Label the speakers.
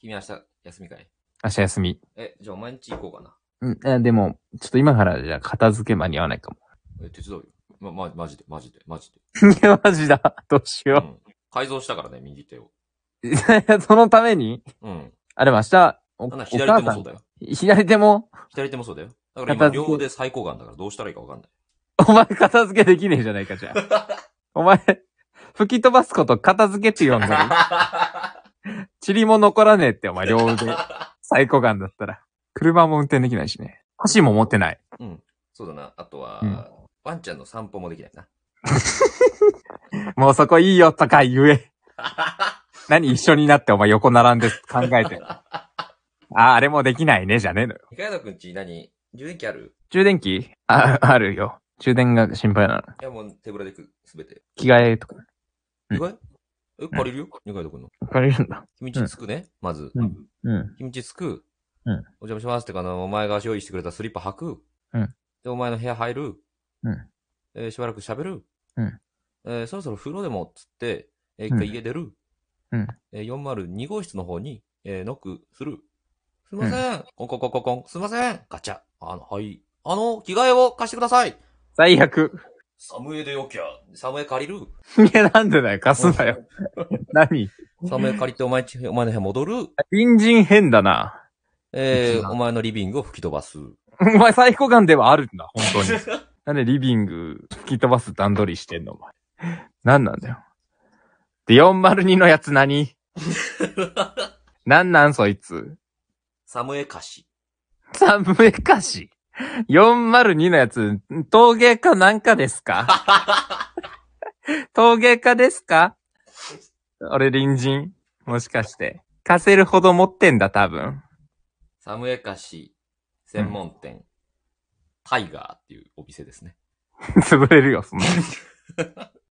Speaker 1: 君明日休みかい
Speaker 2: 明日休み。
Speaker 1: え、じゃあ毎日行こうかな。
Speaker 2: うん、あでも、ちょっと今からじゃあ片付け間に合わないかも。
Speaker 1: え、手伝うよ。ま、ま、マジで、マジで、マジで。
Speaker 2: いや、 マジだ。どうし
Speaker 1: う
Speaker 2: よ
Speaker 1: ん。改造したからね、右手を。
Speaker 2: う。いやそのために
Speaker 1: うん。
Speaker 2: あ、でも明日、おお
Speaker 1: なんなら左手
Speaker 2: 母
Speaker 1: も
Speaker 2: さ
Speaker 1: そうんだ、よ。
Speaker 2: 左手も、
Speaker 1: 左手もそうだよ。だから
Speaker 2: 片
Speaker 1: 今、
Speaker 2: 付
Speaker 1: 両
Speaker 2: け
Speaker 1: 腕最高眼だからどうしたらいいかわかんない。
Speaker 2: お前片付けできねえじゃないか、じゃ あ。お前、吹き飛ばすこと片付けって呼んだり、塵も残らねえって、お前両腕。最高感だったら。車も運転できないしね。箸も持ってない。
Speaker 1: そうだな。あとは、
Speaker 2: うん
Speaker 1: ワンちゃんの散歩もできないな。
Speaker 2: もうそこいいよとか言え。 何一緒になってお前横並んで考えて。ああ、あれもできないね、じゃねえのよ。
Speaker 1: 二階堂くんち何充電器ある
Speaker 2: 充電器あ、 あるよ。充電が心配なの。
Speaker 1: いや、もう手ぶらで行く、すべて。
Speaker 2: 着替えとか。うん
Speaker 1: 意外え、借りるよ二階堂くんの。
Speaker 2: 借りるんだ。
Speaker 1: 君んちつくね、まず。
Speaker 2: うんうん。
Speaker 1: 君んちつく。
Speaker 2: う
Speaker 1: お
Speaker 2: ん
Speaker 1: 邪魔しますってかな、お前が用意してくれたスリッパ履く。
Speaker 2: うん
Speaker 1: で、お前の部屋入る。
Speaker 2: うん
Speaker 1: えーしばらく喋る。
Speaker 2: うん
Speaker 1: えーそろそろ風呂でもっつって、えー一回
Speaker 2: うん
Speaker 1: 家出る。
Speaker 2: うん
Speaker 1: えー402号室の方に、えーノックする。すいません。コンコンコンコンコン。すいません。ガチャ。あの、はい。あの、着替えを貸してください。
Speaker 2: 最悪。
Speaker 1: サムエでよきゃ。サムエ借りる。
Speaker 2: いや、なんでだよ。貸すなよ。何
Speaker 1: サムエ借りてお前んちお前の部屋戻る。
Speaker 2: 隣人変だな。
Speaker 1: え
Speaker 2: 一
Speaker 1: ー、
Speaker 2: 番
Speaker 1: お前のリビングを吹き飛ばす。
Speaker 2: お前、サイコガンではあるんだ、本 当に。なんでリビング吹き飛ばす段取りしてんの、お前。なんなんだよ。で、402のやつ 何なんなん、そいつ。
Speaker 1: サムエ貸し。
Speaker 2: サムエカシ。402のやつ、陶芸家なんかですか陶芸家ですか俺、隣人。もしかして。貸せるほど持ってんだ、多分。
Speaker 1: サムエカシ専門店、タイガーっていうお店ですね。
Speaker 2: 潰れるよ、そんな。